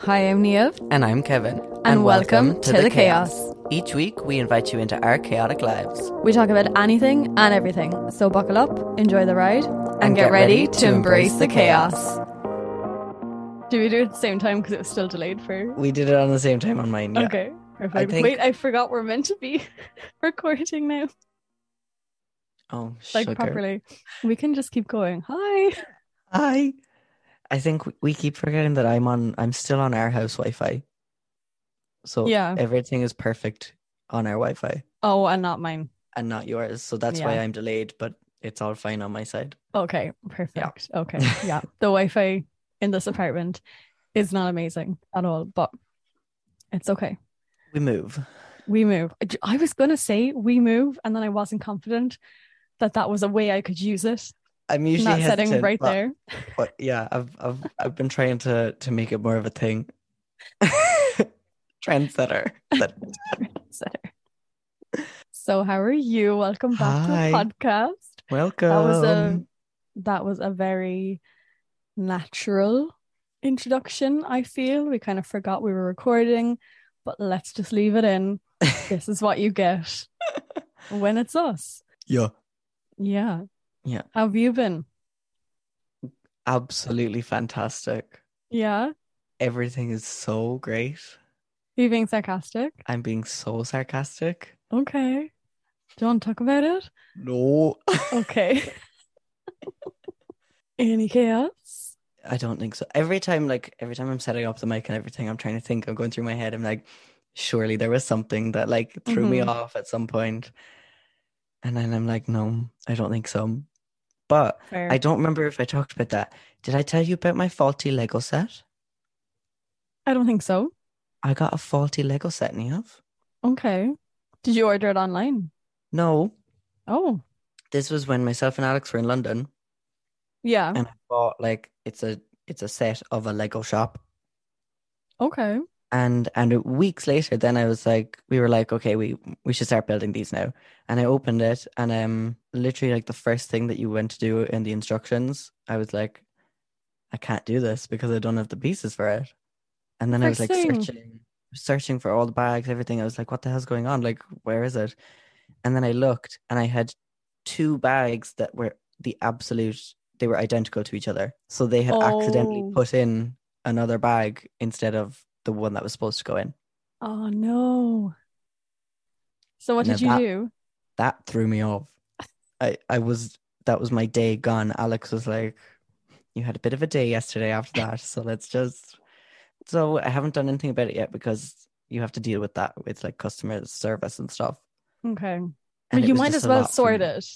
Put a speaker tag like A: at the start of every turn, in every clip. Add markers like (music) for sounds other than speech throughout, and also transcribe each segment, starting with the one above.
A: Hi, I'm Neil.
B: And I'm Kevin.
A: And welcome to The Chaos.
B: Each week, we invite you into our chaotic lives.
A: We talk about anything and everything, so buckle up, enjoy the ride, and, get, ready, to embrace the chaos. Do we do it at the same time because it was still delayed for?
B: We did it on the same time on mine. Yeah.
A: Okay, perfect.
B: I think-
A: Wait, I forgot we're meant to be (laughs) recording now,
B: Oh,
A: like
B: sugar.
A: properly. We can just keep going. Hi.
B: Hi. I think we- we keep forgetting that I'm on. I'm still on our house Wi-Fi. So
A: Yeah.
B: everything is perfect on our Wi-Fi
A: Oh, and not mine.
B: and not yours. So that's why
A: Yeah.
B: I'm delayed, but it's all fine on my side.
A: Okay, perfect. Okay, (laughs) yeah. The Wi Fi in this apartment is not amazing at all, but it's okay.
B: We move.
A: We move. I j- I was going to say we move, and then I wasn't confident that that was a way I could use it.
B: I'm
A: in
B: usually
A: that setting
B: hesitant,
A: right
B: but-
A: there. (laughs)
B: but yeah, I've I've I've been trying to to make it more of a thing. (laughs) Trendsetter. That-
A: Setting. So, how are you? Welcome back
B: Hi.
A: to the podcast.
B: Welcome.
A: was a- That was a very natural introduction, I feel. We kind of forgot we were recording, but let's just leave it in. this is what you
B: (laughs)
A: get when it's us.
B: yeah.
A: Yeah.
B: Yeah.
A: How have you been?
B: Absolutely fantastic.
A: Yeah.
B: Everything is so great.
A: You being sarcastic?
B: I'm being so sarcastic.
A: Okay. Do you want to talk about it?
B: No.
A: (laughs) Okay. Any chaos?
B: I don't think so. Every time like every time I'm setting up the mic and everything, I'm trying to think, I'm going through my head, I'm like, surely there was something that like threw me
A: Mhm.
B: off at some point. And then I'm like, no, I don't think so. But
A: Fair.
B: I don't remember if I talked about that. Did I tell you about my faulty Lego set?
A: I don't think so.
B: I got a faulty Lego set, Niamh.
A: Okay. Did you order it online?
B: No,
A: Oh,
B: this was when myself and Alex were in London,
A: yeah.
B: and I bought like it's a it's a set of a Lego shop,
A: Okay.
B: and and weeks later, then I was like, we were like, okay, we we should start building these now, and I opened it, and um, literally like the first thing that you went to do in the instructions, I was like, I can't do this because I don't have the pieces for it, and then I was
A: First
B: like
A: thing.
B: searching, searching for all the bags, everything. I was like, what the hell's going on? Like, where is it? And then I looked, and I had two bags that were the absolute. They were identical to each other, so they had accidentally
A: Oh.
B: put in another bag instead of the one that was supposed to go in.
A: Oh, no. So, what
B: Now
A: did you
B: that-
A: do?
B: That threw me off. I, I was that was my day gone. Alex was like, You had a bit of a day yesterday after that, so let's just so I haven't done anything about it yet because you have to deal with that with like customer service and stuff.
A: Okay.
B: And
A: But
B: it
A: you
B: was
A: might
B: just
A: as
B: a
A: well
B: lot for
A: sort
B: me.
A: it.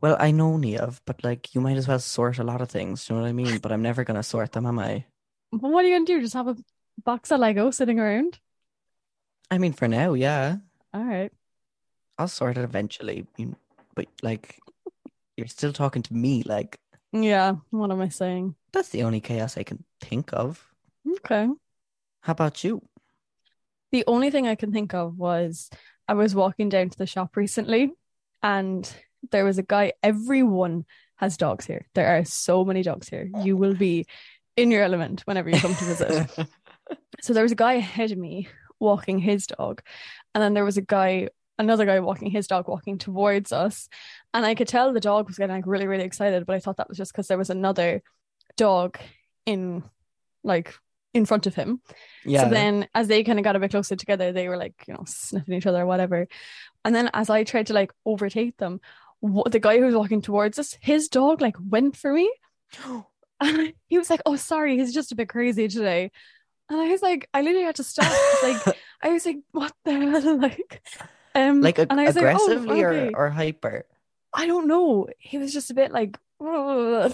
B: Well, I know Neav, but like you might as well sort a lot of things, you know what I mean? But I'm never gonna sort them, am I?
A: But what are you going to do? Just have a box of Lego sitting around?
B: I mean for now, yeah.
A: All right.
B: I'll sort it eventually. you- But like you're still talking to me, like
A: Yeah. What am I saying?
B: That's the only chaos I can think of.
A: Okay.
B: How about you?
A: The only thing I can think of was I was walking down to the shop recently and there was a guy, everyone has dogs here. There are so many dogs here. You will be in your element whenever you come to
B: (laughs)
A: visit. so there was a guy ahead of me walking his dog, and then there was a guy, another guy walking his dog walking towards us. And I could tell the dog was getting like really, really excited, but I thought that was just because there was another dog in like in front of him.
B: yeah.
A: So
B: (gasps)
A: then, as they kind of got a bit closer together, they were like, you know, sniffing each other or whatever. And then, as I tried to like overtake them, wh- the guy who was walking towards us, his dog like went for me. (laughs) And I- he was like, oh, sorry, he's just a bit crazy today. And I was like, I literally had to stop. Like, I was like, what the (laughs) hell? Like, um,
B: (laughs) like ag-
A: and I was like, oh,
B: aggressively
A: okay.
B: or, or hyper?
A: I don't know. He was just a bit like, (laughs) or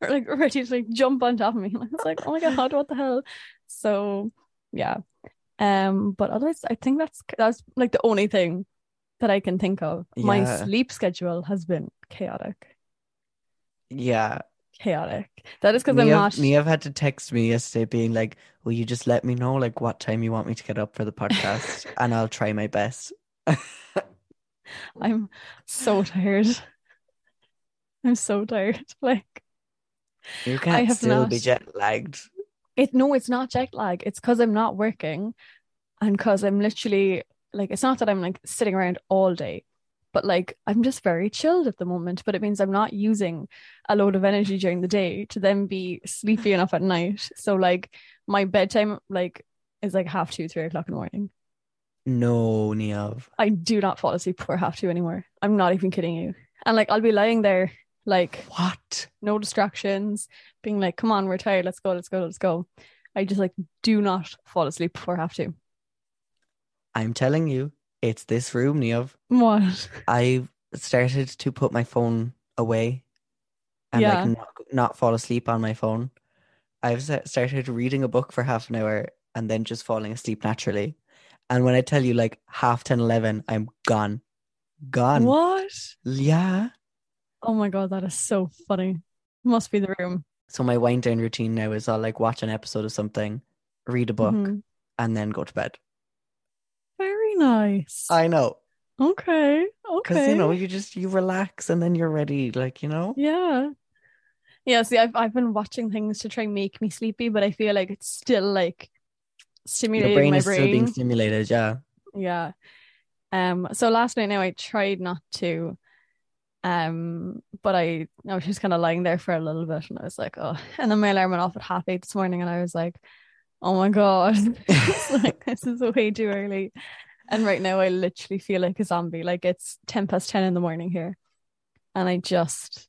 A: like ready to like jump on top of me. (laughs) And I was like, oh my god, what the hell? So yeah. Um, but otherwise, I think that's that's like the only thing that I can think of. My
B: Yeah.
A: sleep schedule has been chaotic,
B: Yeah.
A: chaotic. That is because I'm
B: Niamh-
A: not.
B: Niamh had to text me yesterday being like, Will you just let me know like what time you want me to get up for
A: (laughs)
B: the podcast? and I'll try my best.
A: I'm so tired. (laughs) I'm so tired. (laughs) Like
B: You can't
A: have
B: still be
A: not-
B: jet lagged.
A: It no, it's not jet lag. It's because I'm not working, and because I'm literally like, it's not that I'm like sitting around all day, but like I'm just very chilled at the moment. But it means I'm not using a load of energy during the day to then be sleepy enough at night. So like my bedtime like is like half two, three o'clock in the morning.
B: No, Niamh.
A: I do not fall asleep before half two anymore. I'm not even kidding you. And like I'll be lying there, like
B: What?
A: no distractions, being like, come on, we're tired, let's go, let's go, let's go. I just like do not fall asleep before half two.
B: I'm telling you, it's this room, Niamh.
A: What?
B: I started to put my phone away and
A: Yeah.
B: like not, not fall asleep on my phone. I've sa- started reading a book for half an hour and then just falling asleep naturally. And when I tell you like half 10, 11, I'm gone. Gone.
A: What?
B: Yeah.
A: Oh my god, that is so funny. Must be the room.
B: So my wind down routine now is I'll like watch an episode of something, read a book,
A: Mhm.
B: and then go to bed.
A: Very nice.
B: I know.
A: okay.
B: Because
A: Okay.
B: you know, you just you relax and then you're ready, like, you know?
A: Yeah. Yeah, see, I've I've been watching things to try and make me sleepy, but I feel like it's still like
B: Your
A: stimulating
B: brain
A: my
B: is still being
A: brain.
B: stimulated, yeah.
A: Yeah. Um, so last night now I tried not to, um, but I, I was just kind of lying there for a little bit and I was like, oh, and then my alarm went off at half eight this morning and I was like, oh my God, (laughs) (laughs) It's like this is way too early. And right now I literally feel like a zombie. Like it's 10 past 10 in the morning here. And I just,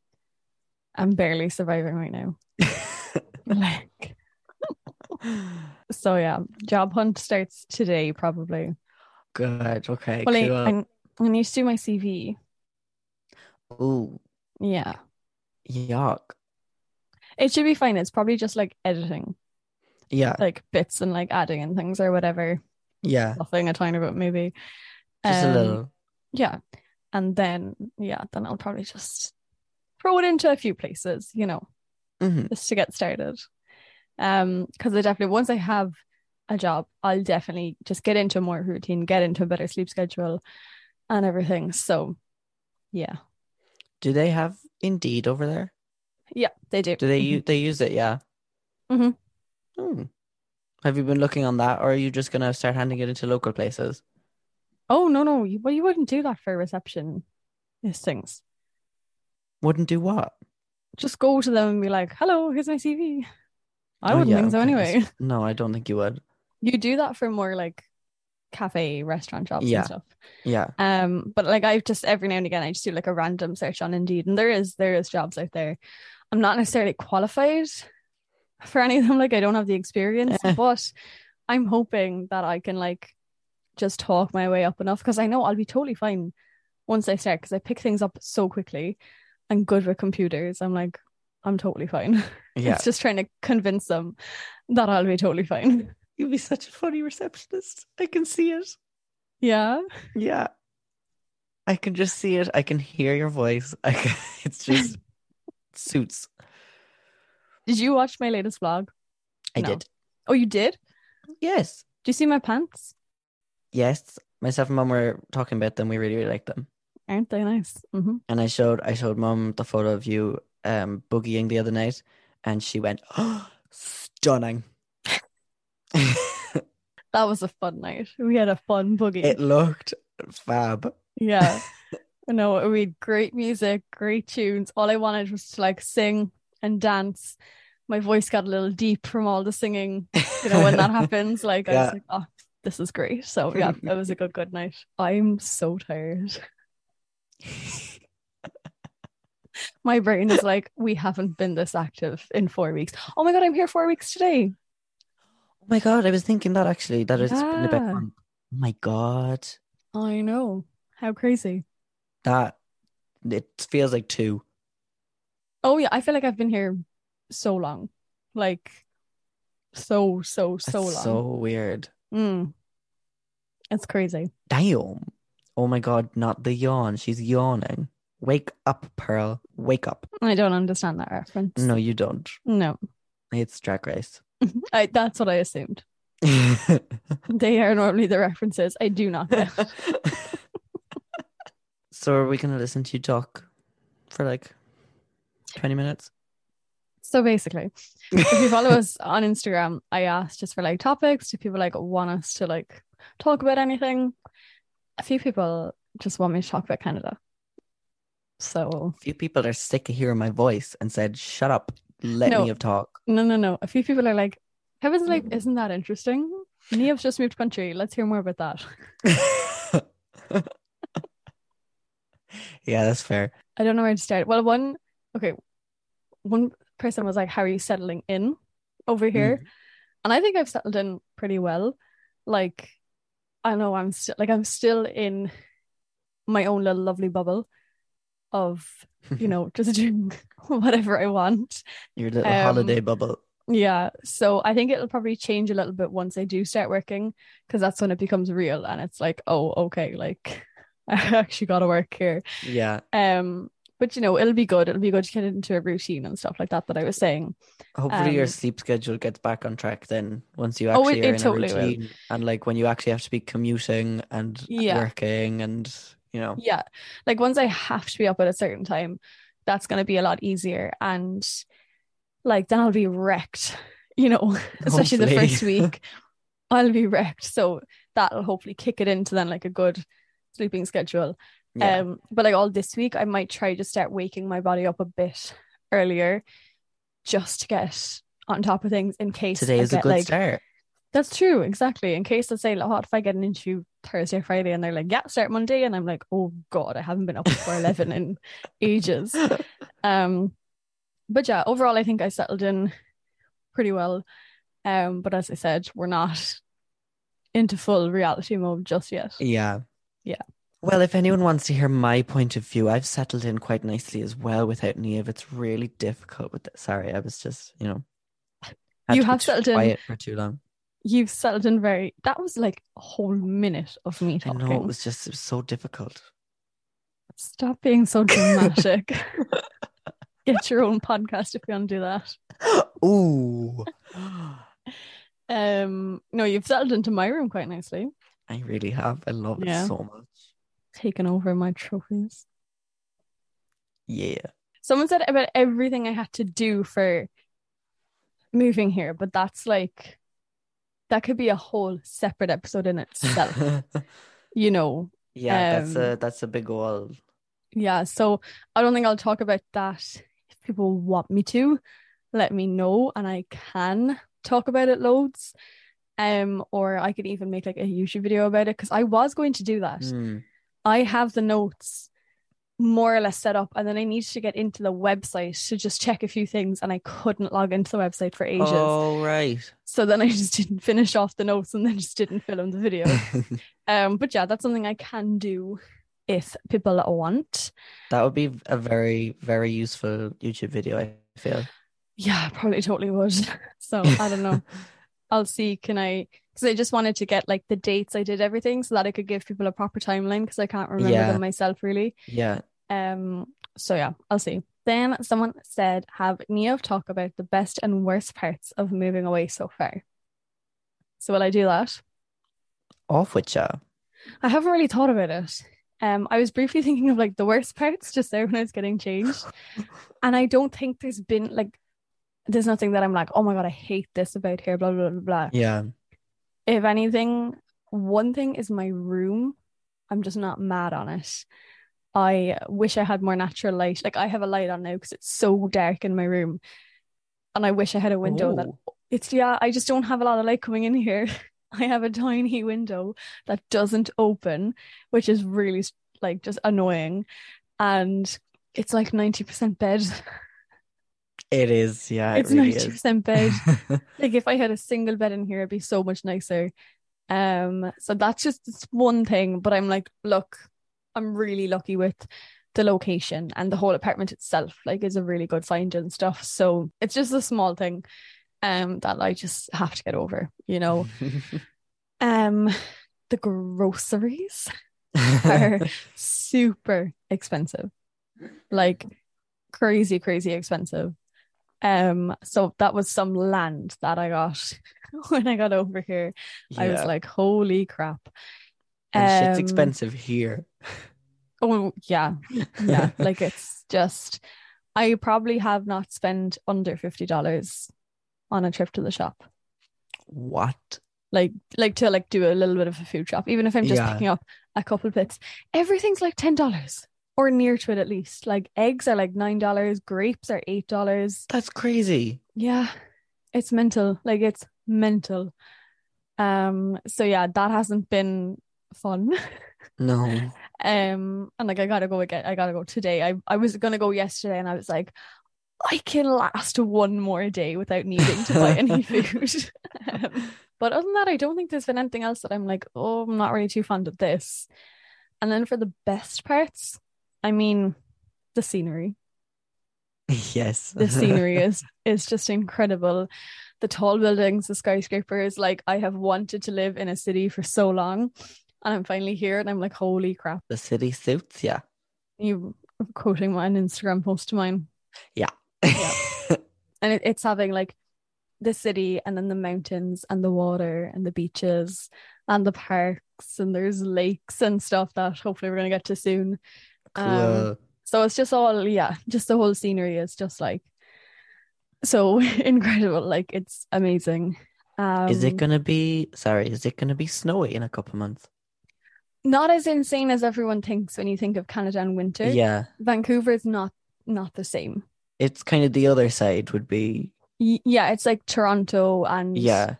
A: I'm barely surviving right now. (laughs) Like,
B: (laughs)
A: (laughs) so yeah, job hunt starts today probably.
B: Good. Okay.
A: Well,
B: cool.
A: I, I, I need to do my CV.
B: Ooh,
A: Yeah.
B: yuck.
A: It should be fine. It's probably just like editing,
B: Yeah.
A: like bits and like adding and things or whatever.
B: Yeah.
A: Nothing a tiny bit maybe.
B: Just
A: Um,
B: a little.
A: Yeah. And then yeah, then I'll probably just throw it into a few places, you know,
B: Mhm.
A: just to get started. Um, because I definitely once I have a job, I'll definitely just get into more routine, get into a better sleep schedule and everything. So yeah.
B: Do they have Indeed over there?
A: Yeah, they do.
B: Do they
A: Mhm.
B: use they use it? Yeah.
A: Mhm.
B: Hmm. Have you been looking on that, or are you just gonna start handing it into local places?
A: Oh no, no, you, well you wouldn't do that for reception these things.
B: Wouldn't do what?
A: just go to them and be like, "Hello, here's my CV." I
B: Oh,
A: wouldn't
B: yeah,
A: think so
B: okay.
A: anyway.
B: No, I don't think you would.
A: (laughs) You do that for more like cafe, restaurant jobs
B: Yeah.
A: and stuff.
B: Yeah.
A: Um, but like I've just every now and again I just do like a random search on Indeed, and there is there is jobs out there. I'm not necessarily qualified for any of them. Like I don't have the experience,
B: Eh.
A: but I'm hoping that I can like just talk my way up enough because I know I'll be totally fine once I start because I pick things up so quickly and good with computers. I'm like, I'm totally fine. (laughs)
B: Yeah.
A: It's just trying to convince them that I'll be totally fine. (laughs)
B: You'd be such a funny receptionist. I can see it.
A: Yeah.
B: Yeah. I can just see it. I can hear your voice. (laughs) I can, it's just suits.
A: Did you watch my latest vlog?
B: I
A: No.
B: did.
A: Oh, you did?
B: Yes.
A: Do you see my pants?
B: Yes. Myself and mum were talking about them. We really, really liked them.
A: Aren't they nice? hmm
B: And I showed I showed mum the photo of you um boogieing the other night and she went, (gasps) Oh stunning. (laughs)
A: That was a fun night. We had a fun boogie.
B: it looked fab.
A: (laughs) Yeah. No, we had great music, great tunes. All I wanted was to like sing and dance. My voice got a little deep from all the singing. You know,
B: (laughs)
A: when that happens, like I
B: Yeah.
A: was like, oh, this is great.
B: (laughs)
A: So yeah, it was a good good night. I'm so tired. (laughs) My brain is like, we haven't been this active in four weeks. Oh my god, I'm here four weeks today.
B: Oh my god, I was thinking that actually, that it's been about
A: Yeah.
B: a month. Oh my god.
A: I know. How crazy.
B: That it feels like two.
A: Oh yeah, I feel like I've been here so long. Like so, so, so
B: That's
A: long.
B: so weird.
A: Mm. It's crazy.
B: Damn. Oh my god, not the yawn. She's yawning. Wake up, Pearl. Wake up.
A: I don't understand that reference.
B: No, you don't.
A: No.
B: It's drag
A: (laughs)
B: race. (laughs)
A: I, that's what I assumed. (laughs) They are normally the references I do not
B: (laughs)
A: get.
B: so are we gonna listen to you talk for like 20 minutes?
A: So basically, if you follow us on Instagram, I asked just for like topics. Do people like want us to like talk about anything? A few people just want me to talk about Canada. So
B: few people are sick of hearing my voice and said, "Shut up, let
A: No.
B: me have talk." (laughs)
A: no, no, no. A few people are like, "How is it like? Isn't that interesting?" Niamh's just moved country. Let's hear more about that.
B: yeah, that's fair.
A: I don't know where to start. Well, one okay, one person was like, "How are you settling in over here?" And I think I've settled in pretty well. Like, I know I'm still like I'm still in my own little lovely bubble of you know just (laughs) doing whatever I want.
B: Your little
A: Um,
B: holiday bubble.
A: Yeah, so I think it'll probably change a little bit once I do start working because that's when it becomes real and it's like, oh, okay, like (laughs) I actually got to work here.
B: Yeah.
A: Um, but you know, it'll be good. It'll be good to get into a routine and stuff like that that I was saying.
B: Hopefully your
A: um,
B: sleep schedule gets back on track then once you
A: Oh,
B: actually
A: it-
B: are
A: it
B: in
A: totally
B: a
A: will.
B: routine and like when you actually have to be commuting and
A: Yeah.
B: working and you know.
A: Yeah. Like once I have to be up at a certain time, that's going to be a lot easier and like then I'll be wrecked, (laughs) you know, especially the
B: hopefully.
A: first week. I'll be wrecked. So that'll hopefully kick it into then like a good sleeping schedule.
B: Yeah.
A: Um, but like all this week, I might try to start waking my body up a bit earlier, just to get on top of things in case
B: Today
A: I
B: is a
A: get,
B: good
A: like,
B: start.
A: That's true, exactly. In case I say, like, what if I get an interview Thursday, Friday, and they're like, yeah, start Monday, and I'm like, oh god, I haven't been up before eleven
B: (laughs)
A: in ages. Um, but yeah, overall, I think I settled in pretty well. Um, but as I said, we're not into full reality mode just yet.
B: Yeah.
A: Yeah.
B: Well, if anyone wants to hear my point of view, I've settled in quite nicely as well without Neve. It's really difficult with that. Sorry, I was just, you know, had
A: You
B: to be
A: have settled in.
B: quiet for too long.
A: You've settled in very. That was like a whole minute of me
B: I
A: talking.
B: know it was just it was so difficult. (gasps)
A: Stop being so dramatic. (laughs) Get your own podcast if you want to do that.
B: Ooh. (gasps)
A: Um, no, you've settled into my room quite nicely,
B: I really have. I love
A: Yeah.
B: it so much.
A: taken over my trophies.
B: Yeah.
A: Someone said about everything I had to do for moving here, but that's like that could be a whole separate episode in
B: (laughs)
A: itself. you know,
B: yeah, that's
A: Um,
B: a that's a big wall.
A: Yeah, so I don't think I'll talk about that. If people want me to, let me know and I can talk about it loads. Um, or I could even make like a YouTube video about it because I was going to do that.
B: Mm.
A: I have the notes more or less set up, and then I needed to get into the website to just check a few things, and I couldn't log into the website for ages.
B: Oh right. (laughs)
A: So then I just didn't finish off the notes and then just didn't film the video.
B: (laughs)
A: Um, but yeah, that's something I can do if people want.
B: that would be a very, very useful YouTube video, I feel.
A: Yeah, probably totally would. (laughs) So Oh, I don't know. I'll see. Can I? Because I just wanted to get like the dates I did everything so that I could give people a proper timeline because I can't remember
B: Yeah.
A: them myself really.
B: (laughs) Yeah.
A: Um. So yeah, I'll see. Then someone said, "Have Neo talk about the best and worst parts of moving away so far." So will I do that?
B: Off with ya.
A: I haven't really thought about it. Um, I was briefly (laughs) thinking of like the worst parts just there when I was getting changed, and I don't think there's been like there's nothing that I'm like, oh my god, I hate this about here, blah blah blah blah.
B: Yeah.
A: If anything, one thing is my room. I'm just not mad on it. I wish I had more natural light. Like I have a light on now because it's so dark in my room, and I wish I had a window that
B: Ooh.
A: it's yeah, I just don't have a lot of light coming in here. (laughs) I have a tiny window that doesn't open, which is really like just annoying. And it's like 90% bed.
B: It is, yeah, it
A: it's
B: really
A: 90%
B: is.
A: bed.
B: (laughs)
A: Like if I had a single bed in here, it'd be so much nicer. Um, so that's just this one thing, but I'm like, look, I'm really lucky with the location and the whole apartment itself, like is a really good find and stuff. So it's just a small thing um that I just have to get over, you know. Um the groceries are super expensive. Like crazy, crazy expensive. Um, so that was some land that I got (laughs) when I got over here. I was
B: Yeah.
A: like, holy crap.
B: and shit's
A: Um,
B: expensive here. (laughs)
A: Oh yeah, yeah. like it's just I probably have not spent under fifty dollars on a trip to the shop.
B: What?
A: Like like to like do a little bit of a food shop, even if I'm just
B: Yeah.
A: picking up a couple bits. Everything's like ten dollars or near to it at least. Like eggs are like nine dollars, grapes are eight dollars.
B: That's crazy.
A: Yeah. It's mental. Like it's mental. Um so yeah, that hasn't been fun. (laughs)
B: No. (laughs)
A: Um, and like I gotta go again. I gotta go today. I I was gonna go yesterday, and I was like, I can last one more day without needing to buy any food. (laughs) um, but other than that, I don't think there's been anything else that I'm like, oh, I'm not really too fond of this. And then for the best parts, I mean, the scenery.
B: yes. (laughs)
A: The scenery is is just incredible. The tall buildings, the skyscrapers. Like I have wanted to live in a city for so long, and I'm finally here, and I'm like, holy crap
B: the city suits yeah.
A: you were quoting my an Instagram post of mine,
B: Yeah.
A: and it, it's having like the city and then the mountains and the water and the beaches and the parks and there's lakes and stuff that hopefully we're gonna get to soon.
B: (laughs)
A: Um,
B: cool.
A: So it's just all yeah, just the whole scenery is just like so (laughs) incredible. Like it's amazing. Um,
B: is it gonna be sorry, is it gonna be snowy in a couple months?
A: not as insane as everyone thinks when you think of Canada and winter?
B: Yeah.
A: Vancouver is not not the same.
B: It's kind of the other side would be
A: Y- yeah, it's like Toronto and
B: yeah.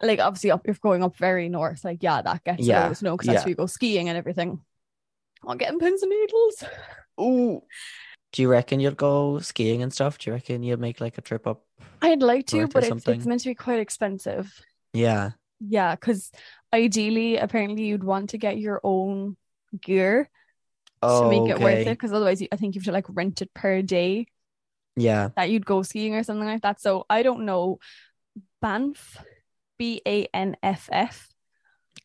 A: like obviously up if going up very north, like yeah, that gets
B: Yeah,
A: yeah, loads snow because that's
B: yeah.
A: where you go skiing and everything. I'm getting pins and needles. (laughs)
B: Ooh. Do you reckon you'll go skiing and stuff? Do you reckon you'll make like a trip up?
A: I'd like
B: North
A: to,
B: or
A: but it's, it's
B: something.
A: meant to be quite expensive.
B: Yeah.
A: Yeah, because ideally, apparently, you'd want to get your own gear to make it worth it.
B: okay.
A: Because otherwise, you, I think you have to like rent it per day
B: Yeah.
A: that you'd go skiing or something like that. So I don't know. Banff, B A N F F.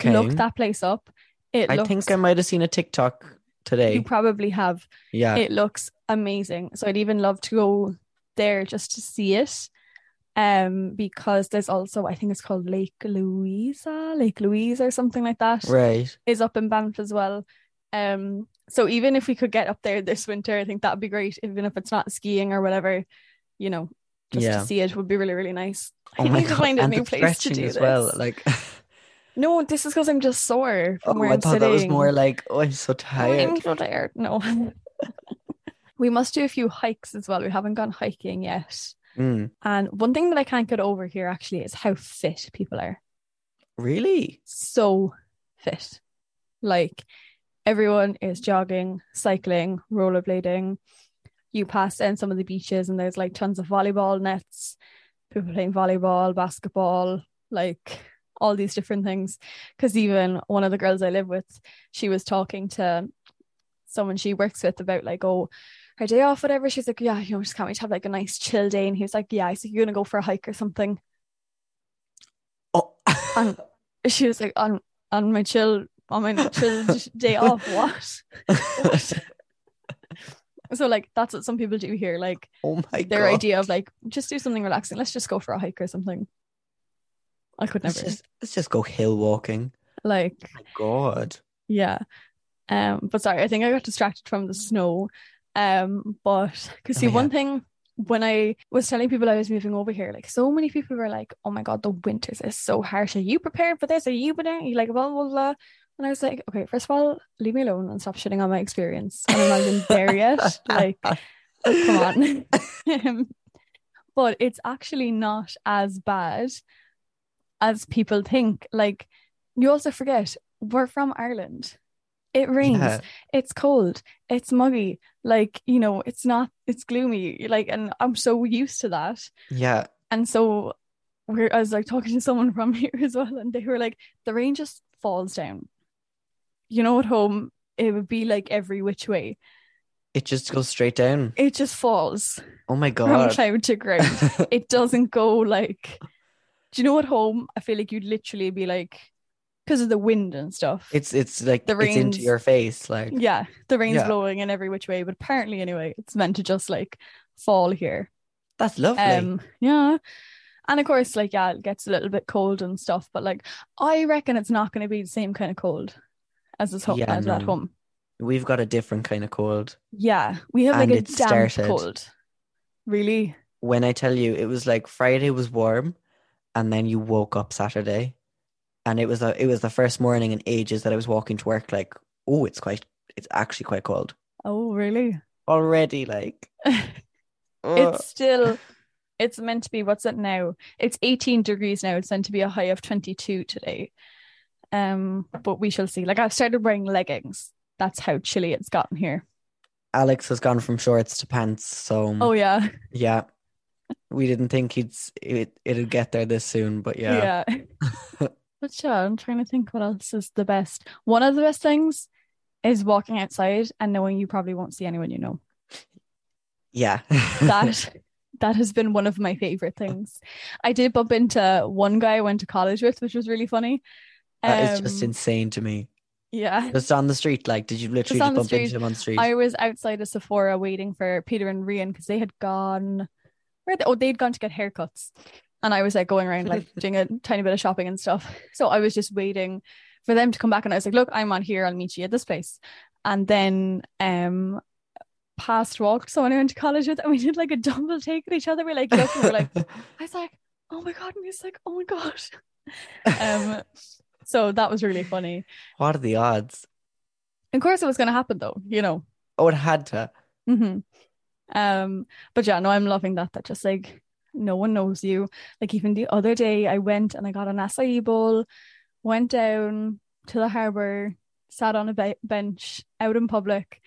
B: Okay.
A: Look that place up. It
B: I
A: looks.
B: think I might have seen a TikTok today.
A: you probably have.
B: yeah.
A: it looks amazing. So I'd even love to go there just to see it. Um, because there's also I think it's called Lake Louisa, Lake Louise or something like that, is
B: right.
A: up in Banff as well. Um, so even if we could get up there this winter, I think that'd be great. Even if it's not skiing or whatever, you know, just
B: Yeah.
A: to see it would be really really nice.
B: Oh
A: I
B: my
A: need to
B: God,
A: find a
B: and the
A: new place to
B: stretching
A: do
B: as
A: this.
B: well. Like, (laughs)
A: no, this is because I'm just sore from
B: oh,
A: where
B: I
A: am
B: thought
A: sitting.
B: that was more like, oh, I'm so tired.
A: I'm so tired. No. (laughs) we must do a few hikes as well. We haven't gone hiking yet.
B: Mm,
A: And one thing that I can't get over here actually is how fit people are.
B: really?
A: So fit. Like everyone is jogging, cycling, rollerblading. You pass in some of the beaches and there's like tons of volleyball nets, people playing volleyball, basketball, like all these different things. Because even one of the girls I live with, she was talking to someone she works with about like, oh, her day off, whatever. She's like, yeah, you know, just can't wait to have like a nice chill day. And he was like, yeah, I said, you're gonna go for a hike or something
B: Oh,
A: And- (laughs) she was like on on my chill on my
B: (laughs)
A: chill day off what (laughs) so like that's what some people do here like
B: (laughs) oh my
A: their
B: God.
A: idea of like just do something relaxing let's just go for a hike or something i could
B: Let's
A: never
B: just, let's just go hill walking.
A: like
B: My God.
A: yeah um but sorry i think i got distracted from the snow um but because
B: Oh,
A: see one
B: yeah.
A: thing when i was telling people i was moving over here like so many people were like oh my god the winters is so harsh are you prepared for this are you prepared you like blah blah blah and i was like okay first of all leave me alone and stop shitting on my experience and i'm not even there yet like Oh,
B: (laughs)
A: come on (laughs) Um, but it's actually not as bad as people think like you also forget we're from ireland it rains
B: Yeah.
A: it's cold it's muggy like you know it's not it's gloomy like and i'm so used to that
B: yeah.
A: and so we're i was like talking to someone (laughs) from here as well and they were like the rain just falls down you know at home it would be like every which way
B: It just goes straight down.
A: it just falls
B: Oh my
A: from
B: God.
A: cloud to
B: (laughs)
A: ground it doesn't go like do you know at home i feel like you'd literally be like because of the wind and stuff
B: it's it's like
A: The
B: it's into
A: rains-
B: your face. Like
A: Yeah, the rain's
B: Yeah.
A: blowing in every which way, but apparently, anyway, it's meant to just like fall here.
B: that's lovely.
A: Um, yeah. And of course, like, yeah, it gets a little bit cold and stuff, but like, I reckon it's not going to be the same kind of cold as is home,
B: Yeah,
A: as at
B: no.
A: home.
B: We've got a different kind of cold.
A: Yeah, we have like
B: And
A: a
B: it
A: damp
B: started.
A: cold. Really?
B: When I tell you, it was like Friday was warm, and then you woke up Saturday, and it was the, it was the first morning in ages that I was walking to work. Like, oh, it's quite, it's actually quite cold
A: Oh, really?
B: already. Like, ugh.
A: (laughs)
B: Uh,
A: It's still it's meant to be what's it now? It's 18 degrees now. It's meant to be a high of 22 today. Um, but we shall see. Like I've started wearing leggings. That's how chilly it's gotten here.
B: Alex has gone from shorts to pants. So um,
A: Oh yeah.
B: yeah, we didn't think he'd s- it it'd get there this soon, but (laughs) yeah.
A: Yeah.
B: (laughs)
A: but yeah, I'm trying to think what else is the best. One of the best things is walking outside and knowing you probably won't see anyone you know.
B: Yeah. (laughs)
A: that that has been one of my favorite things. I did bump into one guy I went to college with, which was really funny.
B: That is just
A: Um,
B: insane to me.
A: yeah.
B: Just on the street, like, did you literally
A: on
B: just
A: the
B: bump
A: street.
B: into him on the street?
A: I was outside of Sephora waiting for Peter and Rian because they had gone. Where they, oh, they'd gone to get haircuts, and I was like going around like doing a tiny bit of shopping and stuff. So I was just waiting for them to come back, and I was like, "Look, I'm on here. I'll meet you at this place." And then, um, past walked someone I went to college with, and we did like a double take at each other. We like looked, and we were
B: (laughs)
A: like, "I was like, oh my god," and he's like, "Oh my god." Um, so that was really funny.
B: what are the odds?
A: Of course, it was going to happen though, you know.
B: Oh, it had to.
A: hmm Um, but yeah, no, I'm loving that. That just like no one knows you. Like even the other day, I went and I got an acai bowl, went down to the harbour, sat on a be- bench out in public.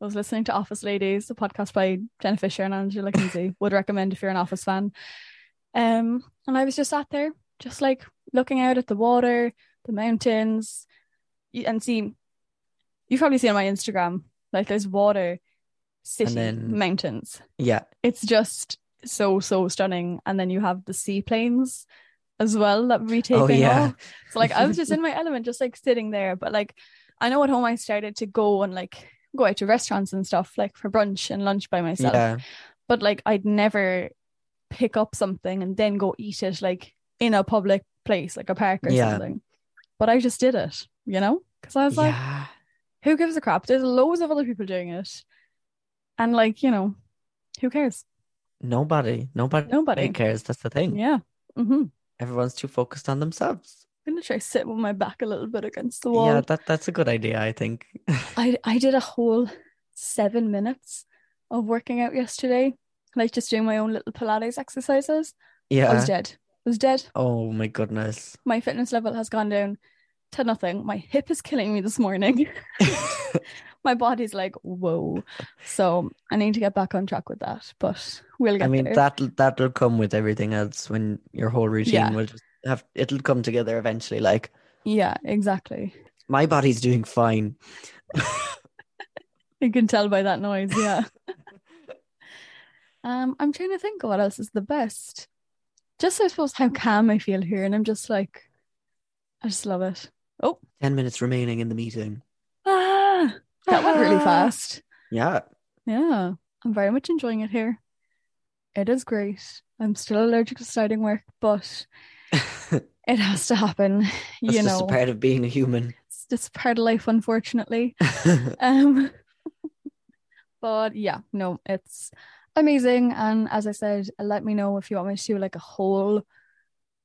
A: I was listening to Office Ladies, a podcast by Jenna Fisher and Angela Kinsey. Would recommend if you're an Office fan. Um, and I was just sat there, just like looking out at the water, the mountains, y- and see. You've probably seen on my Instagram, like there's water, city,
B: then-
A: mountains.
B: Yeah.
A: It's just so so stunning. And then you have the seaplanes as well that we take
B: Oh, yeah.
A: off. So like I was
B: (laughs)
A: just in my element, just like sitting there. But like I know at home I started to go and like go out to restaurants and stuff, like for brunch and lunch by myself.
B: Yeah.
A: But like I'd never pick up something and then go eat it like in a public place, like a park or
B: Yeah.
A: something. But I just did it, you know? Because I was like,
B: yeah.
A: who gives a crap? There's loads of other people doing it. And like, you know, who cares?
B: Nobody, nobody,
A: Nobody.
B: cares. That's the thing.
A: Yeah. Mm-hmm.
B: Everyone's too focused on themselves.
A: I'm gonna try sit with my back a little bit against the
B: Yeah,
A: wall.
B: that that's a good idea. I think. (laughs)
A: I I did a whole seven minutes of working out yesterday, like just doing my own little Pilates exercises. I
B: yeah.
A: was dead. I was dead.
B: Oh
A: (laughs)
B: my goodness.
A: My fitness level has gone down to nothing. My hip is killing me this morning. (laughs) my body's like, whoa. So I need to get back on track with that. But we'll get
B: I mean
A: there.
B: that that'll come with everything else when your whole routine
A: Yeah.
B: will just have it'll come together eventually. Like
A: yeah, exactly.
B: my body's doing fine.
A: You can tell by that noise,
B: (laughs)
A: yeah. um, I'm trying to think of what else is the best. Just I suppose how calm I feel here, and I'm just like, I just love it.
B: Ten minutes remaining in the meeting.
A: Ah, that went really
B: Ah.
A: fast.
B: Yeah.
A: Yeah, I'm very much enjoying it here. It is great. I'm still allergic to starting work,
B: (laughs)
A: but
B: That's
A: it has to happen. you
B: just
A: know,
B: a part of being a human. (laughs)
A: it's just part of life, unfortunately. Um, (laughs) but yeah, no, it's amazing. And as I said, let me know if you want me to do like a whole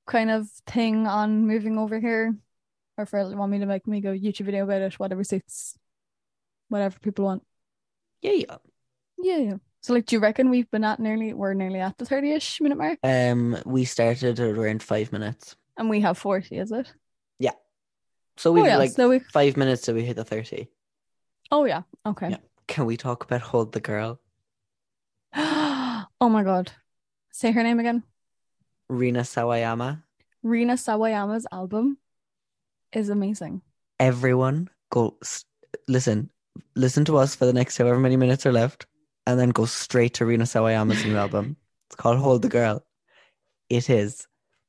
A: kind of thing on moving over here, or if you want me to make me go YouTube video about it, whatever suits, whatever people want.
B: yeah.
A: Yeah, yeah. So like, do you reckon we've been at nearly we're nearly at the thirty-ish minute mark,
B: Um, we started at around five minutes,
A: and we have forty, is it?
B: so
A: Oh
B: we've
A: yeah,
B: like
A: so we.
B: five minutes till we hit the thirty.
A: Oh yeah, okay.
B: Yeah. Can we talk about hold the girl,
A: (gasps) oh my god, say her name again.
B: Rina Sawayama?
A: Rina Sawayama's album is amazing.
B: Everyone, go s- listen, listen to us for the next however many minutes are left, and then go straight to Rina Sawayama's new album. It's called Hold the Girl. It is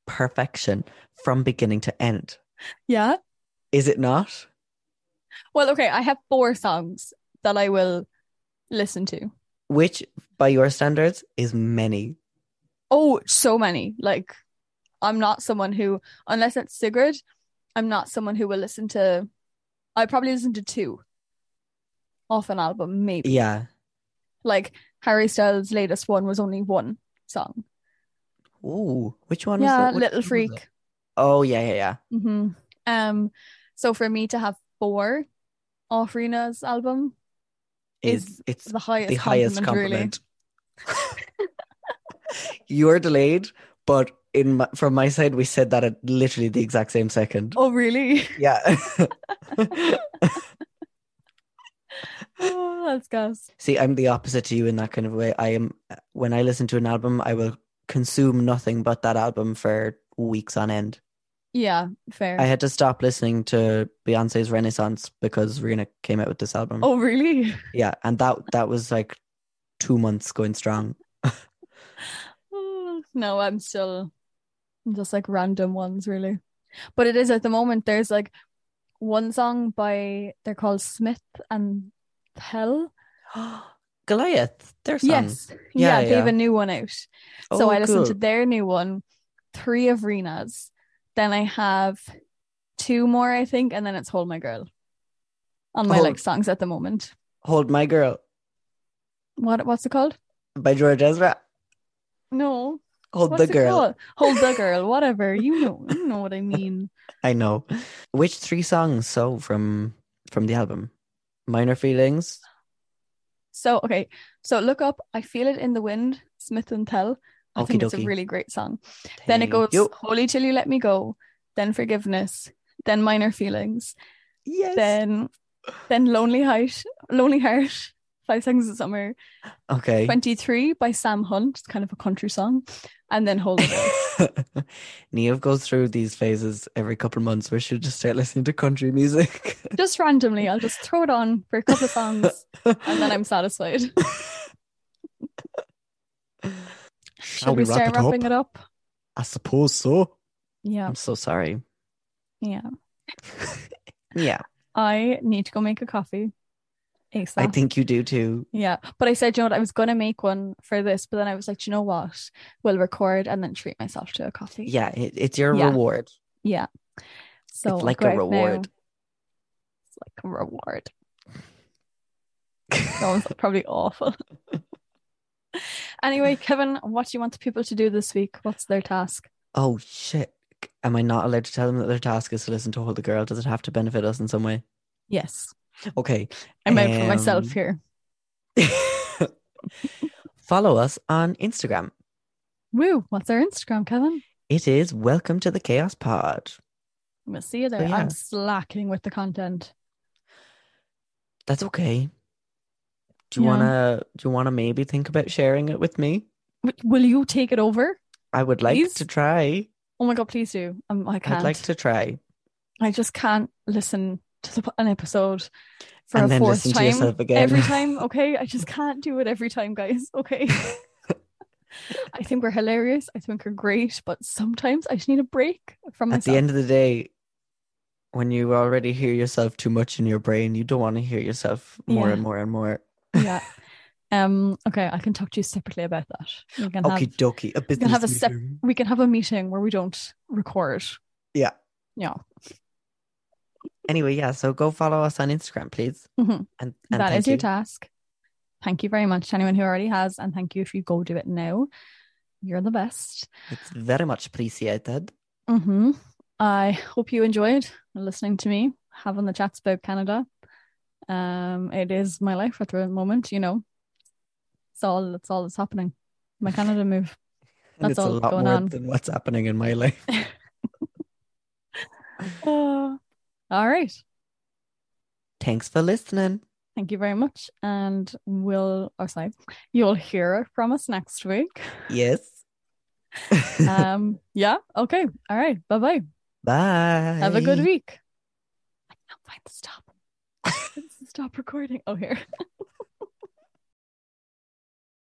B: perfection from beginning to end.
A: Yeah.
B: Is it not?
A: Well, okay, I have four songs that I will listen to.
B: Which, by your standards, is many.
A: Oh, so many. Like, I'm not someone who, unless it's Sigurd, I'm not someone who will listen to. I probably listen to two. off an album, maybe.
B: Yeah.
A: Like Harry Styles' latest one was only one song.
B: Ooh, which one was
A: yeah,
B: that? Which
A: Little
B: one was that?
A: Freak.
B: Oh, yeah, yeah, yeah.
A: hmm Um, so for me to have four off Rena's album
B: Is,
A: Is
B: it's
A: is the highest,
B: the highest
A: compliment,
B: compliment. (laughs) You're delayed, but in my, from my side, we said that at literally the exact same second.
A: Really. Oh, really? (laughs)
B: Yeah. (laughs)
A: oh, that's gas.
B: See, I'm the opposite to you in that kind of way. I am when I listen to an album, I will consume nothing but that album for weeks on end.
A: Yeah, fair.
B: I had to stop listening to Beyonce's Renaissance because Rihanna came out with this album.
A: oh, really? (laughs)
B: Yeah, and that that was like two months going strong.
A: Oh, no, I'm still I'm just like random ones, really. But it is at the moment, there's like one song by, they're called Smith and Hell.
B: (gasps) Goliath, their song.
A: Yes.
B: Yeah,
A: Yeah, they have
B: yeah.
A: a new one out. so
B: Oh,
A: I listened to
B: cool.
A: their new one, three of Rena's. Then I have two more, I think, and then it's Hold My Girl on my
B: Hold-
A: like songs at the moment.
B: Hold My Girl
A: What what's it called?
B: by George Ezra.
A: No.
B: Hold
A: what's
B: the
A: it
B: Girl.
A: called? Hold the girl,
B: (laughs)
A: whatever. You know, you know what I mean.
B: I know. Which three songs so from from the album? Minor Feelings.
A: So okay. So look up I Feel It in the Wind, Smith and Tell. I think it's a
B: Okey-dokey.
A: really great song. Then it
B: Thank
A: goes
B: you.
A: Holy Till You Let Me Go, then Forgiveness, then Minor Feelings,
B: Yes.
A: then then Lonely Heart, Lonely Heart, Five Seconds of Summer, (laughs)
B: okay. (laughs)
A: 23 by Sam Hunt. It's kind of a country song. And then Hold It.
B: (laughs)
A: Out.
B: Neve goes through these phases every couple months where she'll just start listening to country music.
A: just randomly, I'll just throw it on for a couple of songs and
B: (laughs)
A: then I'm (laughs) satisfied. Should we,
B: we wrap
A: start
B: it up?
A: wrapping it up?
B: I suppose so.
A: Yeah.
B: I'm so sorry.
A: Yeah.
B: (laughs) Yeah,
A: I need to go make a coffee. ASAP.
B: I think you do too.
A: yeah. But I said, you know what, I was going to make one for this, but then I was like, "Do you know what? We'll record and then treat myself to a coffee.
B: Yeah, it, it's your
A: Yeah.
B: reward.
A: So
B: it's like a
A: right now,
B: reward.
A: it's like a reward. That
B: (laughs)
A: was probably awful. anyway, Kevin, what do you want the people to do this week? What's their task?
B: oh shit. Am I not allowed to tell them that their task is to listen to Hold the Girl? Does it have to benefit us in some way?
A: Yes.
B: Okay. (laughs)
A: I'm out for myself
B: Um,
A: here.
B: Follow us on Instagram.
A: Woo. What's our Instagram, Kevin?
B: It is Welcome to the Chaos Pod.
A: I'm gonna see you there.
B: Oh, yeah.
A: I'm slacking with the content.
B: That's okay. Do you
A: Yeah.
B: wanna do you wanna maybe think about sharing it with me?
A: W- Will you take it over?
B: I would like
A: Please?
B: to try.
A: Oh my god, please do. Um, I can't.
B: I'd like to try.
A: I just can't listen to the, po- an episode for
B: And
A: a
B: then
A: fourth
B: listen to
A: time.
B: yourself again. (laughs)
A: Every time, okay? I just can't do it every time, guys. Okay. I think we're hilarious. I think we're great, but sometimes I just need a break from
B: At
A: myself.
B: the end of the day, when you already hear yourself too much in your brain, you don't want to hear yourself more
A: Yeah.
B: and more and more.
A: yeah. Um. Okay, I can talk to you separately about that. We can
B: Okie
A: have
B: dokie, a business
A: have a sep-
B: meeting.
A: we can have a meeting where we don't record.
B: Yeah.
A: Yeah.
B: Anyway, yeah. So go follow us on Instagram, please.
A: Mhm.
B: And, and
A: That
B: thank
A: is your
B: you.
A: task. Thank you very much to anyone who already has, and thank you if you go do it now. You're the best.
B: It's very much appreciated.
A: hmm I hope you enjoyed listening to me having the chats about Canada. Um, it is my life at the moment. You know, it's all that's all that's happening. My Canada
B: (sighs)
A: move.
B: And
A: That's
B: it's a
A: all
B: lot
A: going
B: more
A: on.
B: than what's happening in my life. (laughs)
A: Uh, all right.
B: Thanks for listening.
A: Thank you very much, and we'll. Or sorry, you'll hear from us next
B: (laughs)
A: week. (laughs)
B: Yes.
A: Um, yeah. Okay. All right. Bye bye.
B: Bye.
A: Have a good (laughs) week. I can't find the stop. Where does it stop recording. Oh, here.